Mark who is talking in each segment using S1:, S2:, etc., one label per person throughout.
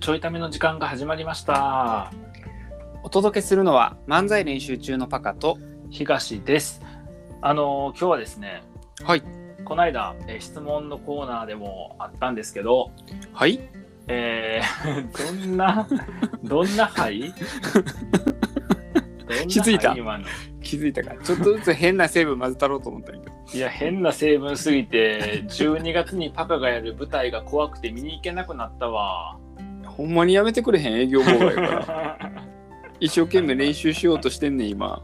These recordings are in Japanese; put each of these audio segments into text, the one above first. S1: ちょいための時間が始まりました。
S2: お届けするのは漫才練習中のパカと
S1: 東です。あのー今日はですね、
S2: はい
S1: この間、えー質問のコーナーでもあったんですけど、
S2: はい
S1: えー どん な、どんな灰
S2: 気づいた
S1: どんな灰今の
S2: 気づいたかちょっとずつ変な成分混ぜたろうと思ったんやけど
S1: いや、変な成分すぎて、12月にパカがやる舞台が怖くて見に行けなくなった わ。
S2: ほんまにやめてくれへん営業妨害や から一生懸命練習しようとしてんねん今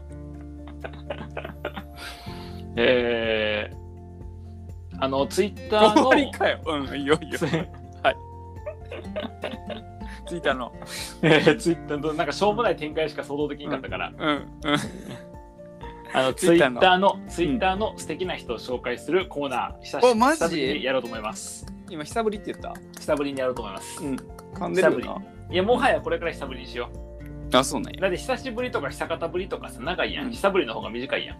S1: えーあの、ツイッター
S2: 終
S1: の
S2: わ、りかようんいいよいいよ
S1: ツイ
S2: ついたの
S1: えー ツイッターのなんかしょうもない展開しか想像できなかったから、
S2: うんうん
S1: あのツ
S2: ツ
S1: イ
S2: イッター
S1: ッ
S2: の
S1: ターのツイッターの素敵な人を紹介するコーナー久し
S2: おマジ
S1: 久しぶりにやろうと思います
S2: 今久ぶりって言った
S1: 久ぶりにやろうと思います
S2: うん噛んでるよ
S1: いやもはやこれから久ぶりにしよう
S2: なあそうなんや
S1: だって久しぶりとか久方ぶりとかさ長いや
S2: うんん
S1: 久ぶりの方が短いやん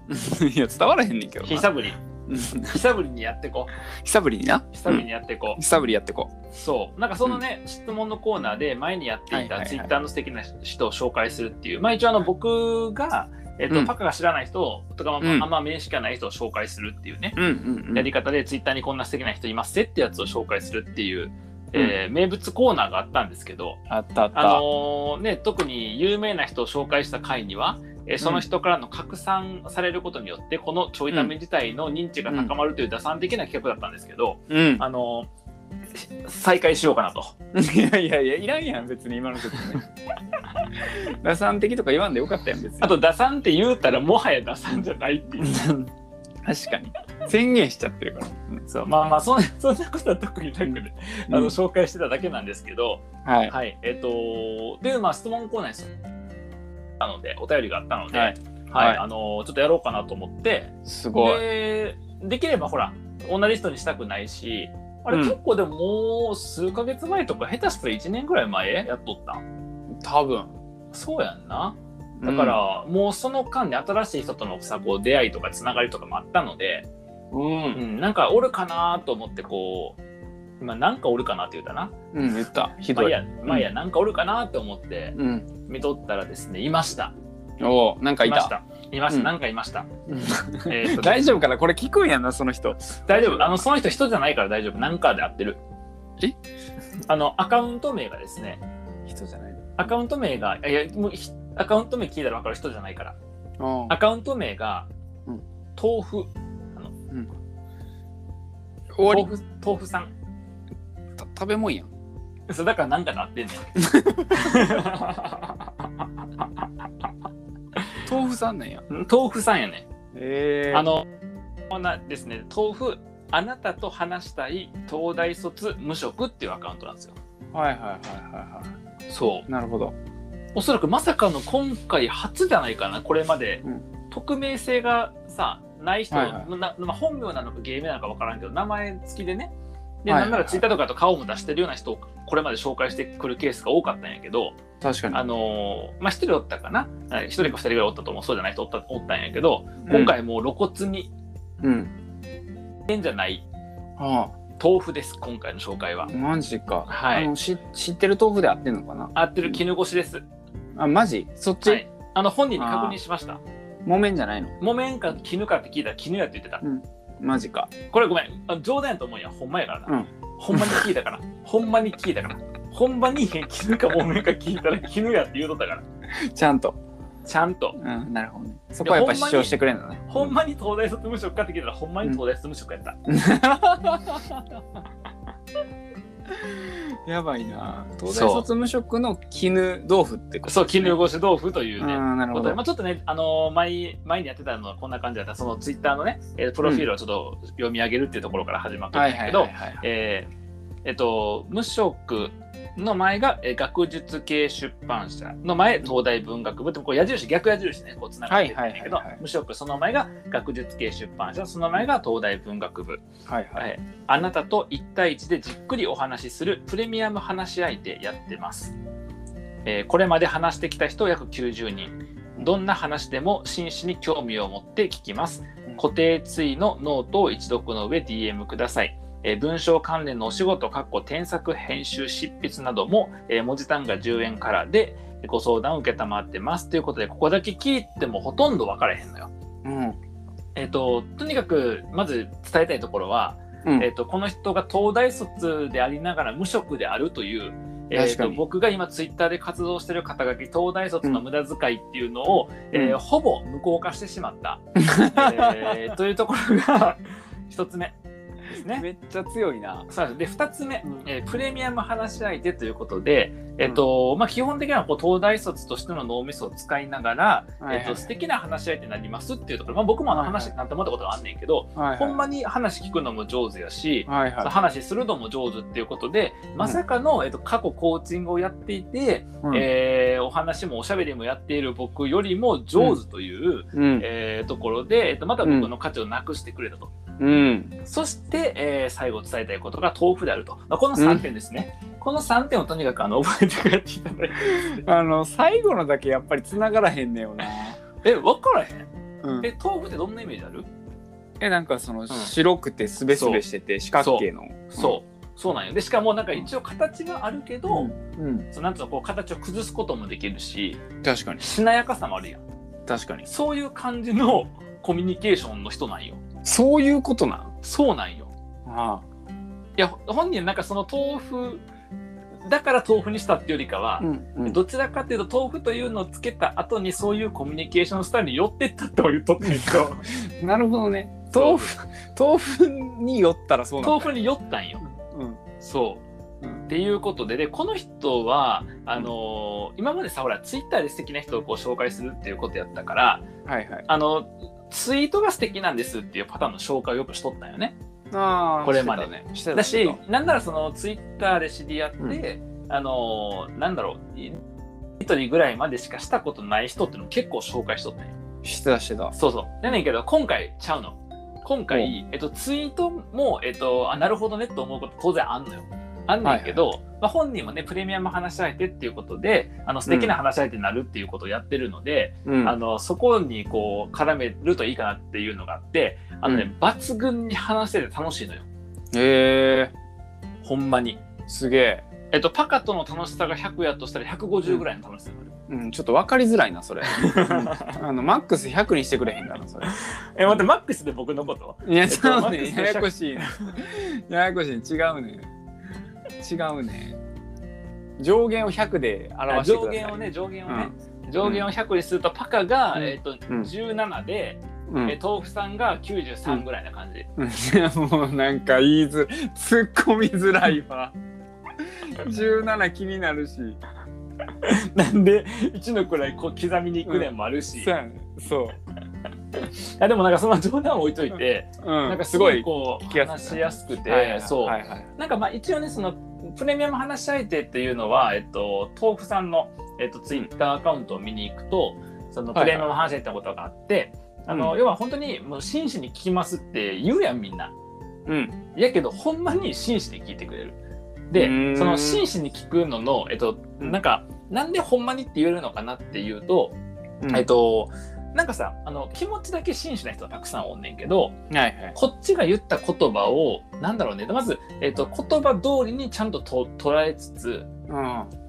S2: いや伝わらへんねんけどな
S1: 久ぶり
S2: うん
S1: 久ぶりにやってこ
S2: 久ぶりにな
S1: う久ぶりにやってこ
S2: うん久ぶりやってこ
S1: う、そうなんかそのね、質問のコーナーで前にやってい
S2: はいはい
S1: た
S2: はい
S1: ツイッターの素敵な人を紹介するっていうまあ一応あの僕がえっと、
S2: うん
S1: パカが知らない人とか、まあ
S2: うん
S1: あんま面識がない人を紹介するっていうね、
S2: ううん
S1: やり方でツイッターにこんな素敵な人いますぜってやつを紹介するっていう、えー名物コーナーがあったんですけど、
S2: あったあっ
S1: あ
S2: た
S1: のーね、特に有名な人を紹介した回には、えーその人からの拡散されることによって、このちょいため自体の認知が高まるという打算的な企画だったんですけど、
S2: うん
S1: あのー再開しようかなと。
S2: いやいやいやいらんやん別に今の説明 打算的とか言わんでよかったやん別に
S1: あと、打算って言うたら、もはや打算じゃないっ ていう。
S2: 確かに宣言しちゃってるから、
S1: そうまあまあそん、そんなことは特になくね、
S2: うん
S1: あの紹介してただけなんですけど、
S2: はい
S1: はい、えっ、とで、まあ、質問コーナーですなので、お便りがあったので、は
S2: はいい、はい
S1: あのちょっとやろうかなと思って、
S2: すごい
S1: で、できればほら、同じ人にしたくないし、あれ、
S2: うん
S1: 結構でも、もう数ヶ月前とか、下手したら1年ぐらい前やっとったん
S2: 多分
S1: そうやんな。だから、もうその間で新しい人とのさ、こう、出会いとか、つながりとかもあったので、
S2: うん、う
S1: うんん、なんかおるかなと思って、こう、まあ、なんかおるかなって言うたな。
S2: 言ったひ
S1: まあ、
S2: ど
S1: い
S2: い、
S1: や、まあ、いや、なんかおるかなと思って、
S2: うん
S1: 見とったらですね、いました。
S2: おおなんかい
S1: いましたた。いました。
S2: うん
S1: なんかいました。えーと
S2: 大丈夫かなこれ聞くんやなその人
S1: 大丈夫。あの、その人人じゃないから大丈夫。なんかで合ってる。
S2: え
S1: あの、アカウント名がですね、
S2: 人じゃない
S1: アカウント名が、いや、もうひアカウント名聞いたら分かる人じゃないから。
S2: の
S1: アカウント名が
S2: うん、
S1: 豆腐、
S2: 終
S1: 豆
S2: わ
S1: 腐、豆腐さん。
S2: りた食べ物やん
S1: そうだからなんかで合ってんねん。
S2: 豆腐さんなんや
S1: 豆腐さんやね
S2: え
S1: あの、こんなですね、豆腐、あなたと話したい東大卒無職っていうアカウントなんですよ。
S2: はいはいはいはいは
S1: そう。
S2: いなるほど
S1: おそらくまさかの今回初じゃないかなこれまで、
S2: うん
S1: 匿名性がさない人、
S2: はいは
S1: なまあ本名なのか芸名なのか分からんけど名前付きでねで、
S2: はいはいはい
S1: なんならツイッターとかだと顔も出してるような人をこれまで紹介してくるケースが多かったんやけど、
S2: 確かに
S1: あのーまあ一人おったかなはい一人か二人ぐらいおったと思うそうじゃない人おったおったんやけど今回もう露骨に
S2: うん、
S1: 変じゃない
S2: あ
S1: 豆腐です今回の紹介は
S2: あマジか、
S1: はい
S2: あのし知ってる豆腐で合ってんのかな
S1: 合ってる絹ごしです、
S2: あマジそっち、
S1: はい、あの本人に確認しました
S2: 木綿じゃないの
S1: 木綿か絹かって聞いたら絹やって言ってた
S2: マジか
S1: これごめんあ冗談やと思うよほんまやからな、
S2: うん
S1: ほんまに聞いた からほんまに聞いたからほんまに絹かもめか聞いたら絹やって言うとったから
S2: ちゃんと
S1: ちゃんと
S2: うんなるほどねそこはやっぱ主張してくれるのね
S1: ほんまに東大卒無職かって聞いたらほんまに東大卒無職やった、
S2: やばいな東
S1: そう
S2: 大卒無職の絹豆腐ってこと
S1: そう絹ごし豆腐というね、
S2: あーなる
S1: こと
S2: ほ
S1: で
S2: ど
S1: まあ、ちょっとね、あのー前前にやってたのはこんな感じだったそのツイッターのね、えープロフィールをちょっと読み上げるっていうところから始まった
S2: は
S1: ん
S2: い
S1: だ
S2: は
S1: け
S2: い
S1: ど、
S2: はいはい
S1: えーえっと、無職の前が、えー学術系出版社の前東大文学部ってこう矢印逆矢印ねこうつながってるんだけど、
S2: はいはいはいはい
S1: 無職その前が学術系出版社その前が東大文学部、
S2: はいは
S1: はいい、あなたと1対1でじっくりお話しするプレミアム話し相手やってます、えーこれまで話してきた人約90人どんな話でも真摯に興味を持って聞きます固定ツイのノートを一読の上 DM ください。えー文章関連のお仕事、かっこ添削、編集、執筆なども、えー文字単価10円からでえーご相談を受けたまってます。ということで、ここだけ聞いてもほとんど分からへんのよ。
S2: うん。
S1: えっ、と、とにかく、まず伝えたいところは、
S2: うん
S1: えっとこの人が東大卒でありながら無職であるという、えっ
S2: 確か
S1: と
S2: に
S1: 僕が今ツイッターで活動してる肩書き東大卒の無駄遣いっていうのを、
S2: うん
S1: えーほぼ無効化してしま った、えーというところが一つ目ですね。
S2: めっちゃ強いな。
S1: そうですで2つ目、
S2: うん
S1: えープレミアム話し相手ということで、えっとまあ、基本的にはこう東大卒としての脳みそを使いながら、
S2: はいはい
S1: えっと素敵な話し相手になりますっていうところ、まあ、僕もあの話なんて思ったことがあんねんけど、
S2: はいはい
S1: ほんまに話聞くのも上手やし、
S2: はいはい。
S1: 話するのも上手っていうことで、まさかの、えっと、過去コーチングをやっていて、
S2: うん
S1: えーお話もおしゃべりもやっている僕よりも上手という、
S2: うん。
S1: えーところで、えっと、また僕の価値をなくしてくれたと、
S2: うん。
S1: そして、えー最後伝えたいことが豆腐であると、まあ、この3点ですね、この3点をとにかくあの覚えて帰っていただいて
S2: あの、最後のだけやっぱり繋がらへんねよな。
S1: え分からへん
S2: うん。
S1: え豆腐ってどんなイメージある、
S2: え、なんかその、白くてすべすべしてて、四角形の。
S1: そうそうなんよでしかもなんか一応形はあるけど、
S2: うん。うん。
S1: そうなんつうのこう形を崩すこともできるし
S2: 確かに。
S1: しなやかさもあるやん
S2: 確かに。
S1: そういう感じのコミュニケーションの人なんよ
S2: そういうことなん。
S1: そうなんよ
S2: あ
S1: いや本人なんかその豆腐だから豆腐にしたっていうよりかは
S2: あ。、ん。うん。
S1: どちらかというと豆腐というのをつけた後にそういうコミュニケーションスタイルに寄ってったって言っとってんけど
S2: なるほどね。
S1: そう
S2: 豆腐、豆腐によったらそうなん
S1: 豆
S2: だ。
S1: 腐に寄ったんよ
S2: うん。
S1: そう、
S2: うん
S1: っていうことででこの人はあのー今までさほらツイッターで素敵な人をこう紹介するっていうことやったから
S2: はいはい。
S1: あのツイートが素敵なんですっていうパターンの紹介をよくしとったんよね
S2: あ
S1: ーこれまで
S2: ね。してた
S1: だしなんならそのツイッターで知り合って、あのーなんだろうい一人ぐらいまでしかしたことない人っていうのを結構紹介しとったんよ
S2: してたしてた。
S1: そうそう。やねんけど、今回ちゃうの。今回、えっと、ツイートも、えっと、あ、なるほどねと思うこと当然あんのよ。あんねんけど、まあ、本人もね、プレミアム話し相手っていうことで、あの、素敵な話し相手になるっていうことをやってるので、
S2: うん
S1: あの、そこにこう、絡めるといいかなっていうのがあって、あのね、
S2: う
S1: 抜群に話してて楽しいのよ。
S2: へえ
S1: ほんまに。
S2: すげえ。
S1: えっと、パカとの楽しさが100やとしたら150ぐらいの楽しさになる。
S2: うん、ちょっと分かりづらいな、そ れ。うんあの、マックス100にしてくれへんかな、それ。
S1: え、待って、マックスで僕のこと
S2: いや、
S1: っと
S2: ちょっと
S1: マック
S2: ね
S1: ス
S2: ややこしいね。ややこしいね。違うね。違うね。上限を100で表してください。
S1: 上限をね、上限をね、上限を100にすると、パカが、
S2: うん
S1: えっと、
S2: うん
S1: 17で、
S2: うん。うん
S1: え豆腐さんが93ぐらいな感じ、
S2: うん いやもうなんか言いづ突っ込みづらい わ17気になるし
S1: なんで1の位こう刻みに行くねんもあるし、
S2: そうやねそ
S1: あでもなんかその冗談を置いといて、
S2: う、うん、
S1: なんかす
S2: す
S1: ご
S2: ご
S1: い
S2: い
S1: こう
S2: 聞きやす
S1: 話
S2: い
S1: しやすくて、
S2: はいはい
S1: そう、
S2: はいはい
S1: なんかまあ一応ねそのプレミアム話し相手っていうのは、えっと、豆腐さんの、えっと、ツイッターアカウントを見に行くとその
S2: はいは
S1: プ
S2: い
S1: レミアム話し相手のことがあって、あの
S2: う
S1: 要は本当にもう真摯に聞きますって言うやんみんな。
S2: うん
S1: やけどほんまに真摯に聞いてくれる。で
S2: うーん
S1: その真摯に聞くのの、えっと、なんかなんでほんまにって言えるのかなっていうと、
S2: うん
S1: えっとなんかさあの気持ちだけ真摯な人はたくさんおんねんけど
S2: はいはい
S1: こっちが言った言葉をなんだろうねまず、えっと、言葉通りにちゃんとと捉えつつ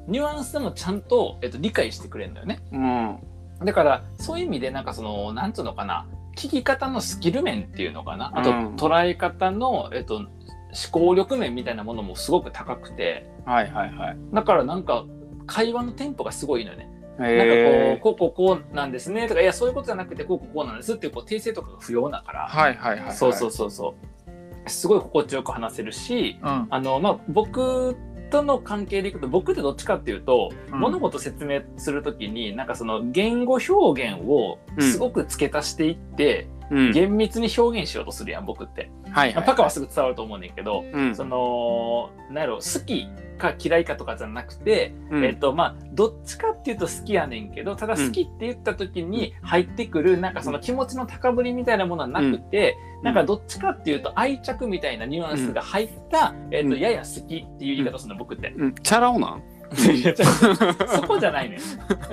S1: ニュアンスでもちゃんと、えっと、理解してくれるんだよね。
S2: うんうん
S1: だからそういう意味でなんかそのなんつうのかな聞き方のスキル面っていうのかなあと
S2: うん
S1: 捉え方の、えっと、思考力面みたいなものもすごく高くて
S2: はいはいはい
S1: だからなんか会話のテンポがすごいのよね。なん
S2: へ
S1: かこうこうこうこうなんですねとかいやそういうことじゃなくてこうこうこうなんですっていうこう訂正とかが不要だから、
S2: ーはいはいはいはい
S1: そうそうそうそうすごい心地よく話せるし
S2: うん
S1: あの、まあ、僕との関係でいくと僕ってどっちかっていうと、
S2: うん
S1: 物事説明するときになんかその言語表現をすごく付け足していって、
S2: うん
S1: 厳密に表現しようとするやん僕って、
S2: はいはい
S1: パカはすぐ伝わると思うねんけど、
S2: うん
S1: そのなんやろ好きか嫌いかとかじゃなくて、
S2: うん
S1: えっとまあ、どっちかっていうと好きやねんけどただ
S2: うん
S1: 好きって言った時に入ってくるなんかその気持ちの高ぶりみたいなものはなくて、
S2: ん
S1: なんかどっちかっていうと愛着みたいなニュアンスが入った、えっと
S2: うん
S1: やや好きっていう言い方するの僕って、
S2: うんチャラ男 なん
S1: いやちょそこじゃないね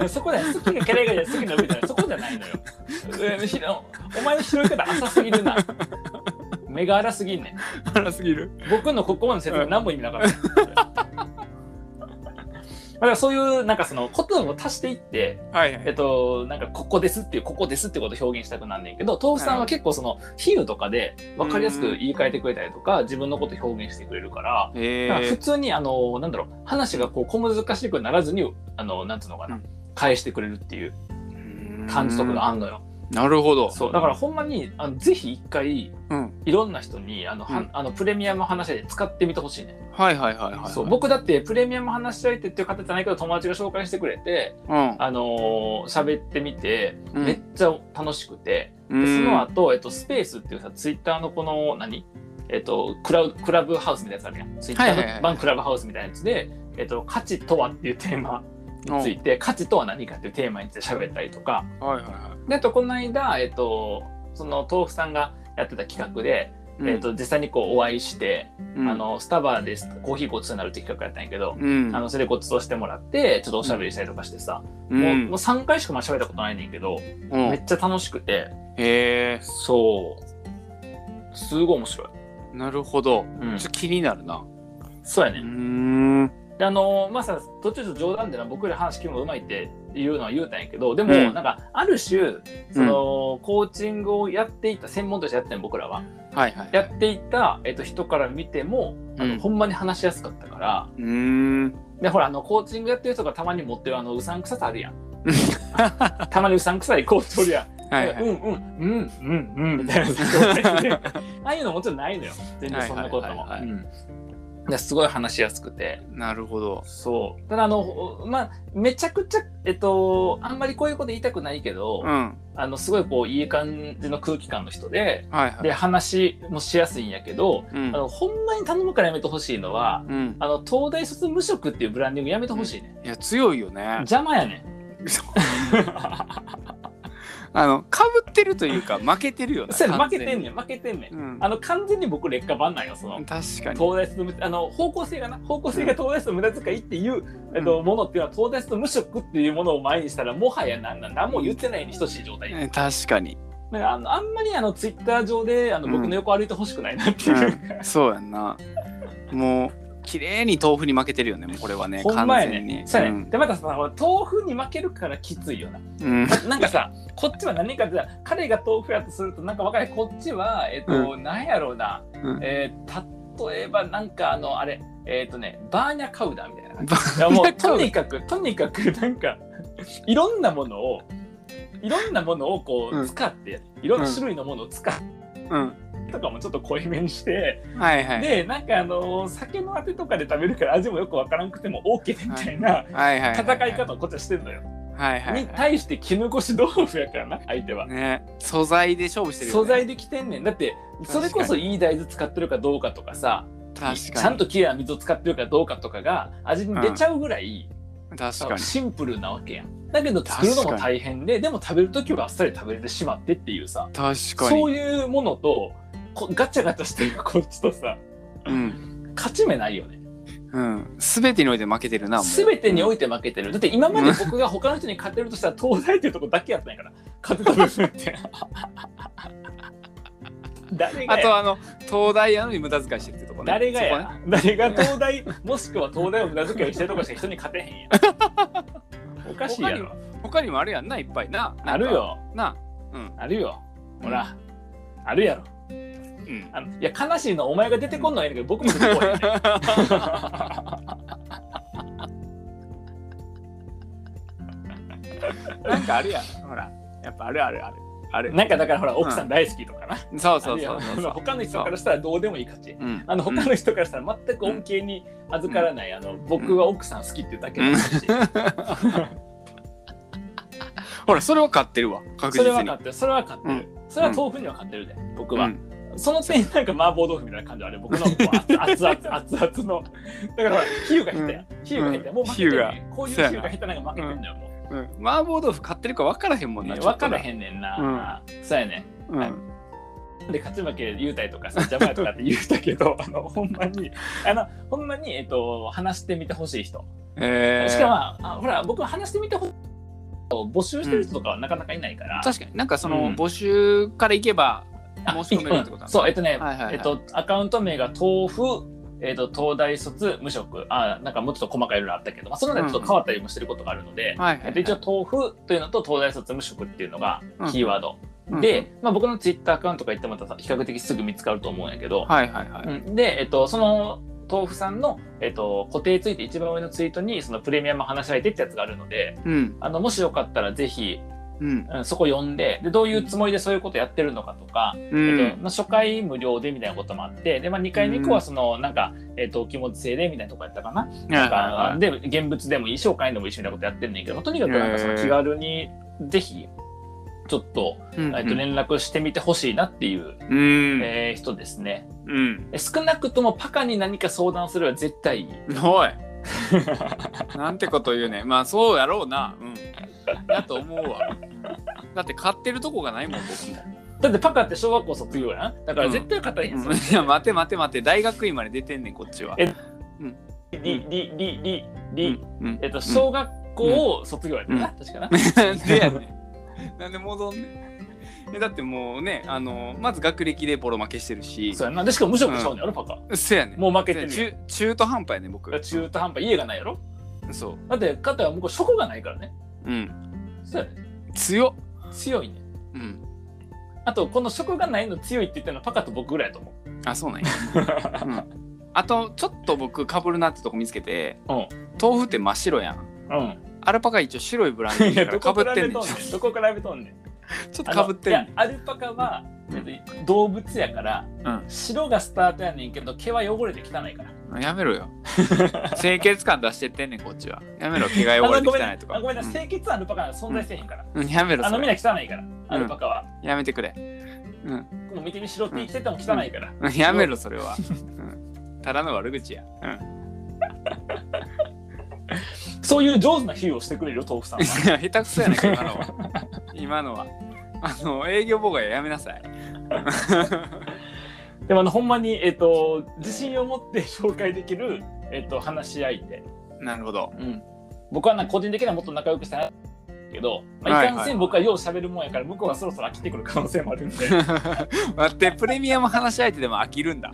S1: んそこだよ好きが嫌いが嫌い好きの上じゃないそこじゃないのよえーひろお前の拾い方浅すぎるな目が荒すぎんねん。
S2: 荒すぎる。
S1: 僕のここまでの説明何も意味なかった。だからそういうなんかその言葉を足していって、
S2: はいはい。
S1: えっと、なんかここですっていうここですってことを表現したくなんねんけど豆腐さんは結構その比喩とかで分かりやすく言い換えてくれたりとか自分のことを表現してくれるから
S2: え
S1: だから普
S2: ー、
S1: 通にあのなんだろう話がこう小難しくならずにあのなんつうのか
S2: う
S1: なん返してくれるっていう感じとかがあんのよ。
S2: うんなるほど。
S1: そうだからほんまにあのぜひ一回
S2: うん。
S1: いろんな人にあの、は
S2: うん
S1: あのプレミアム話し合いで使ってみてほしいね、
S2: はいはいはいはい。
S1: そう。僕だってプレミアム話し合いってっていう方じゃないけど友達が紹介してくれて
S2: うん。
S1: あのー喋ってみて、
S2: うん
S1: めっちゃ楽しくて、
S2: うん
S1: でその後、えっと、スペースっていうさツイッターのこの何えっとクラウクラブハウスみたいなやつあるやんツイッタ
S2: はいは
S1: ー
S2: いは
S1: の
S2: い
S1: 版クラブハウスみたいなやつで「えっと、価値とは」っていうテーマについて、価値とは何かっていうテーマについて喋ったりとか
S2: うんはいはいは
S1: であとこの間、えっと、その豆腐さんがやってた企画で、
S2: い。
S1: えっと、実際にこうお会いして、
S2: うん
S1: あ、のスタバでコーヒーごちそうになるって企画やったんやけど、
S2: うん。
S1: あのそれごちそうしてもらってちょっとおしゃべりしたりとかしてさ、
S2: うん、
S1: もうもう3回しかまあ喋ったことないねんけど、
S2: うん
S1: めっちゃ楽しくて
S2: へえ
S1: そうすごい面白い、
S2: なるほど。
S1: うん
S2: ちょっと気になるな。
S1: そうや
S2: う
S1: ね、
S2: ーん。
S1: であのまあさ途中で冗談でな僕ら話聞くのうまいっていうのは言うたんやけどでも、
S2: うん
S1: なんかある種その、コーチングをやっていた専門としてやってん僕らは
S2: はいはい。
S1: やっていた、えっと、人から見てもあの、
S2: うん
S1: ほんまに話しやすかったから
S2: うーん。
S1: でほらあのコーチングやってる人がたまに持ってるあのうさんくささあ るやんたまにうさんくさいコーチおるやん
S2: はいはい。
S1: うんうんうんうんうんみたい な ああいうのもちろんないのよ全然そんなことも
S2: はいはいはい
S1: うんですごい話しやすくて
S2: なるほど。
S1: そうただあのまあめちゃくちゃえっとあんまりこういうこと言いたくないけど、
S2: うん。はい
S1: あのすごいこういい感じの空気感の人で
S2: はい。
S1: で話もしやすいんやけど
S2: うん
S1: あ。のほんまに頼むからやめてほしいのは
S2: うん。
S1: あの東大卒無職っていうブランディングやめてほしいね、
S2: いや、強いよね。
S1: 邪魔やね
S2: そうあの、かぶってるというか、負けてるよ
S1: ん
S2: ね。
S1: そうやね負
S2: 完
S1: け
S2: 全
S1: てん
S2: に
S1: ねん負けてんねん
S2: うん
S1: あ。の完全に僕劣化版なんよその
S2: 確かに。
S1: 東大卒無あの方向性がな方向性が東大卒の無駄遣いっていう、えっと、ものっていうのは東大卒無職っていうものを前にしたらもはや何なん何も言ってないに等しい状態、
S2: うん確かに。
S1: なんかあのあんまりあのツイッター上であの僕の横歩いてほしくないなっていう、
S2: そうやんな。もう、綺麗に豆腐に負けてるよね、もうこれはね。
S1: ほんまや
S2: 完全
S1: ね
S2: に。
S1: そうやね、でまたさ豆腐に負けるからきついよな
S2: うん。うん
S1: ななんかさこっちは何かって言ったら彼が豆腐やとするとなんかわかんないこっちはえっ、と、なんやろうな、
S2: うん
S1: えー例えばなんかあのあれえっ、とねバーニャカウダーみたいな感じ
S2: バ
S1: いやもう
S2: ニャカウダ
S1: と
S2: ー
S1: にかくとにかくなんかいろんなものをいろんなものをこ
S2: う
S1: うん使って、いろんな種類のものを使って
S2: うん。
S1: とかもちょっと濃いめにして、
S2: はいはい。
S1: でなんかあのー酒のあてとかで食べるから味もよくわからなくても OK みたいな
S2: はいはい。
S1: 戦い。方をこっちはしてるのよ。
S2: はいはい。
S1: に対して絹ごし豆腐やからな相手は。
S2: ね素材で勝負してるよ
S1: 素
S2: ね
S1: 材できてんねんだってそれこそいい大豆使ってるかどうかとかさ
S2: 確
S1: ち
S2: か
S1: ゃん
S2: に
S1: ときれいな水を使ってるかどうかとかが味に出ちゃうぐらい、
S2: 確かに
S1: シンプルなわけやんだけど作るのも大変ででも食べる時はあっさり食べれてしまってっていうさ
S2: 確かに
S1: そういうものとこガチャガチャしてる こっちとさ
S2: うん
S1: 勝ち目ないよね
S2: うん全てにおいて負けてるなもう
S1: 全てにおいて負けてるだって今まで僕が他の人に勝てるとしたら東大っていうとこだけやったんやから勝てた部分って 誰が
S2: あ
S1: や
S2: とあの東大やのに無駄遣いしてるってとこね
S1: 誰が
S2: そこね
S1: や、誰が東大 もしくは東大を無駄遣いしてるとかしか人に勝てへ んやんおかしいやろ
S2: 他にもあるやんないっぱいななんか
S1: あるよ
S2: な
S1: あるよほら、あるやろ
S2: うん
S1: あのいや悲しいのはお前が出てこんのはいいんだけど僕も出てこへんねん
S2: なんかあるやんほらやっぱあるあるあるある
S1: なんかだからほら奥さん大好きとかな、
S2: そう
S1: あ
S2: そう
S1: るや
S2: そ
S1: ろ
S2: うそうそう
S1: 他の人からしたらどうでもいい価値
S2: うん
S1: あの他
S2: うん
S1: の人からしたら全く恩恵に預からない、あの僕は奥さん好きっていうだけの 話、
S2: ほらそれは勝ってるわ確
S1: そ
S2: 実
S1: れ
S2: に
S1: は勝ってるそれは勝ってる、それは豆腐には勝ってるで僕は、
S2: うん
S1: その点なんか麻婆豆腐みたいな感じあれ僕のこう熱々熱々のだからほら比喩が下手や比喩が下手やもう負けてるねこういう比
S2: そう
S1: 喩
S2: やな
S1: が下手なんか負けてんだよもう
S2: うん麻婆豆腐勝ってるか分からへんもんな
S1: ね分から
S2: ん
S1: へんねんなそうやね
S2: うん
S1: で勝ち負け言うたりとかさ邪魔やとかって言うたけど あのほんまにあのほんまにえっと話してみてほしい人
S2: えー
S1: しかもあほら僕は話してみてほしい人を募集してる人とかはなかなかいないから
S2: 確かになんかその、
S1: うん
S2: 募集からいけば申し込めるってことなんですか
S1: そう、えっとね、
S2: はいはいはい
S1: えっと、アカウント名が豆腐、えっと、東大卒、無職、あなんかもうちょっと細かいのあったけど、まあ、その中でちょっと変わったりもしてることがあるので、
S2: はいはいは
S1: え
S2: い
S1: っと、一応豆腐というのと東大卒無職っていうのが
S2: うん
S1: キーワード、
S2: うん
S1: で、まあ、僕のツイッターアカウントが言ってまた比較的すぐ見つかると思うんやけど、
S2: はいはいはい。
S1: うんで、えっと、その豆腐さんの、えっと、固定ツイート一番上のツイートにそのプレミアム話し相手ってやつがあるので
S2: うん。
S1: あのもしよかったらぜひ、
S2: うん。
S1: うん、そこ読んででどういうつもりでそういうことやってるのかとか、
S2: う
S1: えっと
S2: ん。
S1: まあ、初回無料でみたいなこともあってで、まあ、2回目以降はその、なんか、えっとお気持ち制でみたいなとこやったかななんかで現物でもいいしお金でもいいしみたいなことやってんねんけど、まあとにかくなんかその気軽にぜひちょっと,、
S2: うん
S1: えっと連絡してみてほしいなっていう、
S2: うん。
S1: えー人ですね
S2: うん。
S1: え少なくともパカに何か相談するは絶対いい
S2: おい。なんてこと言うね。まあそうやろうな。うん。だと思うわ。だって買ってるとこがないもん僕も。
S1: だってパカって小学校卒業やんだから絶対硬いやん、そ
S2: うんいや待て待て待て大学院まで出てんねんこっちは。
S1: え
S2: ん
S1: リリリリ
S2: う
S1: リ、
S2: んうん
S1: えっと小学校を卒業やったな、
S2: う
S1: 確かな、
S2: なんでやねん。なんで戻んねん。えだってもうねあのまず学歴でボロ負けしてるし。
S1: そうやなでしかも無職ちゃうねやろ、パカ
S2: そうやねん。
S1: もう負けてる
S2: 中中途半端やねん僕。
S1: 中途半端家がないやろ
S2: そ
S1: だって肩は向こう職がないからね
S2: う。うん。
S1: そうやね
S2: 強っ。
S1: 強いね
S2: うん。
S1: あとこの食がないの強いって言ってるのはパカと僕ぐらいだと思
S2: あそうなんや、 うん、あとちょっと僕かぶるなってとこ見つけて
S1: う。
S2: 豆腐って真っ白やん
S1: う
S2: アルパカ一応白いブランド
S1: ん。いや
S2: や
S1: ど
S2: からか
S1: こ
S2: ぶ
S1: 比
S2: っ
S1: べ
S2: て
S1: と
S2: ん
S1: ん
S2: ねん
S1: ね
S2: ちょ
S1: ん。どこ比べとんねん。
S2: っとかぶってん
S1: あの
S2: ね
S1: いやアルパカはえっと動物やから
S2: うん
S1: 白がスタートやねんけど毛は汚れて汚いから。
S2: んやめろよ清潔感出してってんねんこっちはやめろ毛が
S1: あ
S2: 汚
S1: の
S2: れて
S1: ごめ
S2: 汚
S1: ん
S2: い
S1: な
S2: とか
S1: あごめんな清潔アルパカは存在せえへんから。
S2: うん、やめろ
S1: あ
S2: そ
S1: のみん
S2: れ
S1: な汚いからアルパカは。
S2: やめてくれ、
S1: もう見てみ白 T 着てても汚いから。
S2: うん、やめろそれは、うん、ただの悪口や、 うん、
S1: そういう上手な比喩をしてくれるよ豆腐さんは。
S2: 下手くそやねんか今のは今のはあの営業妨害やめなさい
S1: でもあのほんまにえっと自信を持って紹介できるえっと話し相手。
S2: なるほど
S1: うん、僕はなんか個人的にはもっと仲良くしたいけど、まあ、
S2: はいい
S1: かんせん僕はよう喋るもんやから向こうがそろそろ飽きてくる可能性もあるんでい
S2: 待ってプレミアム話し相手でも飽きるんだ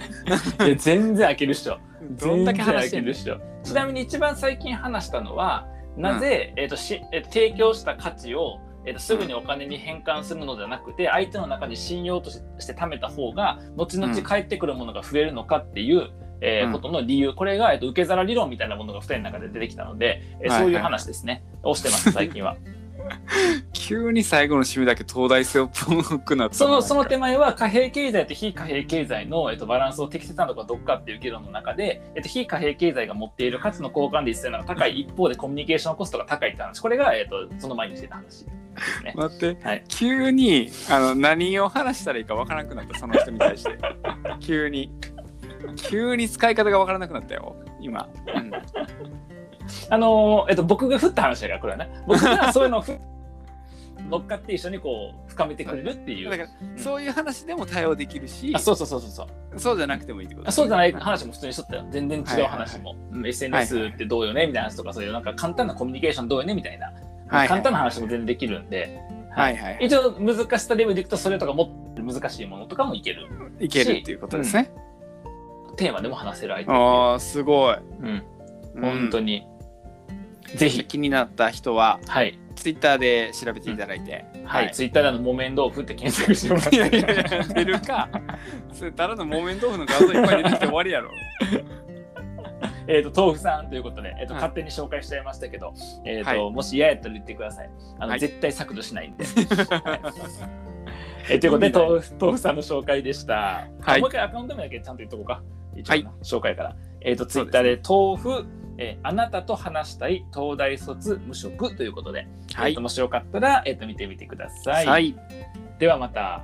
S1: や全然飽きるっしょ
S2: どんだけ話して
S1: 全然飽
S2: んの
S1: きるっしょちなみに一番最近話したのはなぜ、えーとしえー提供した価値を、えーとすぐにお金に変換するのではなくて相手の中に信用としして貯めた方が後々返ってくるものが増えるのかっていう、えー
S2: うん
S1: ことの理由これが、えーと受け皿理論みたいなものが2人の中で出てきたので、えーそういう話ですね、をしてます最近は。
S2: 急に最後の締めだけ東大生っぽくなった
S1: そのその手前は貨幣経済と非貨幣経済の、えっと、バランスを適切なのかどうかっていう議論の中で、えっと、非貨幣経済が持っている価値の交換率というのが高い一方でコミュニケーションコストが高いって話これが、えっと、その前にしてた話ですね。
S2: 待って、
S1: はい
S2: 急にあの何を話したらいいかわからなくなったその人に対して急に急に使い方がわからなくなったよ今、うん
S1: あのーえっと、僕が振った話だからこれはね僕がそういうのを振 乗っかって一緒にこう深めてくれるってい
S2: だか
S1: う。
S2: ら、そういう話でも対応できるし
S1: あそうそうそうそうそう
S2: そうじゃなくてもいいってこと
S1: あそうじゃない話も普通にしとったよ全然違う話も、うん SNS ってどうよねみたいな話とかそういうなんか簡単なコミュニケーションどうよねみたいな、
S2: はい
S1: 簡単な話も全然できるんで、
S2: はいはい、はい、
S1: 一応難しさレベルでいくとそれとかもっと難しいものとかもいける
S2: いけるっていうことですね、
S1: テーマでも話せる相手
S2: ああーすごい
S1: うん、本当
S2: に、
S1: に、ぜひ
S2: 気になった人は
S1: はい
S2: ツイッターで調べていただいて、
S1: はい、ツイッターであの木綿豆腐って検索してもらっ
S2: いや
S1: て
S2: いやいや、出るか。それただの木綿豆腐の画像いっぱい出てきて終わりやろ。
S1: えーと豆腐さんということで、えーと
S2: はい
S1: 勝手に紹介しちゃいましたけど、えーと
S2: は
S1: もし嫌やったら言ってくださいあの、
S2: はい
S1: 絶対削除しないん で、えーということで
S2: 意味ない
S1: 豆腐豆腐さんの紹介でした、
S2: はい
S1: もう一回アカウント名だけちゃんと言っとこうか一応、
S2: はい
S1: 紹介から、えーとツイ
S2: そう
S1: ッ
S2: ですね
S1: ターで豆腐、えーあなたと話したい東大卒無職ということで、えーともしよかったら、えーと見てみてください、
S2: はい。
S1: ではまた。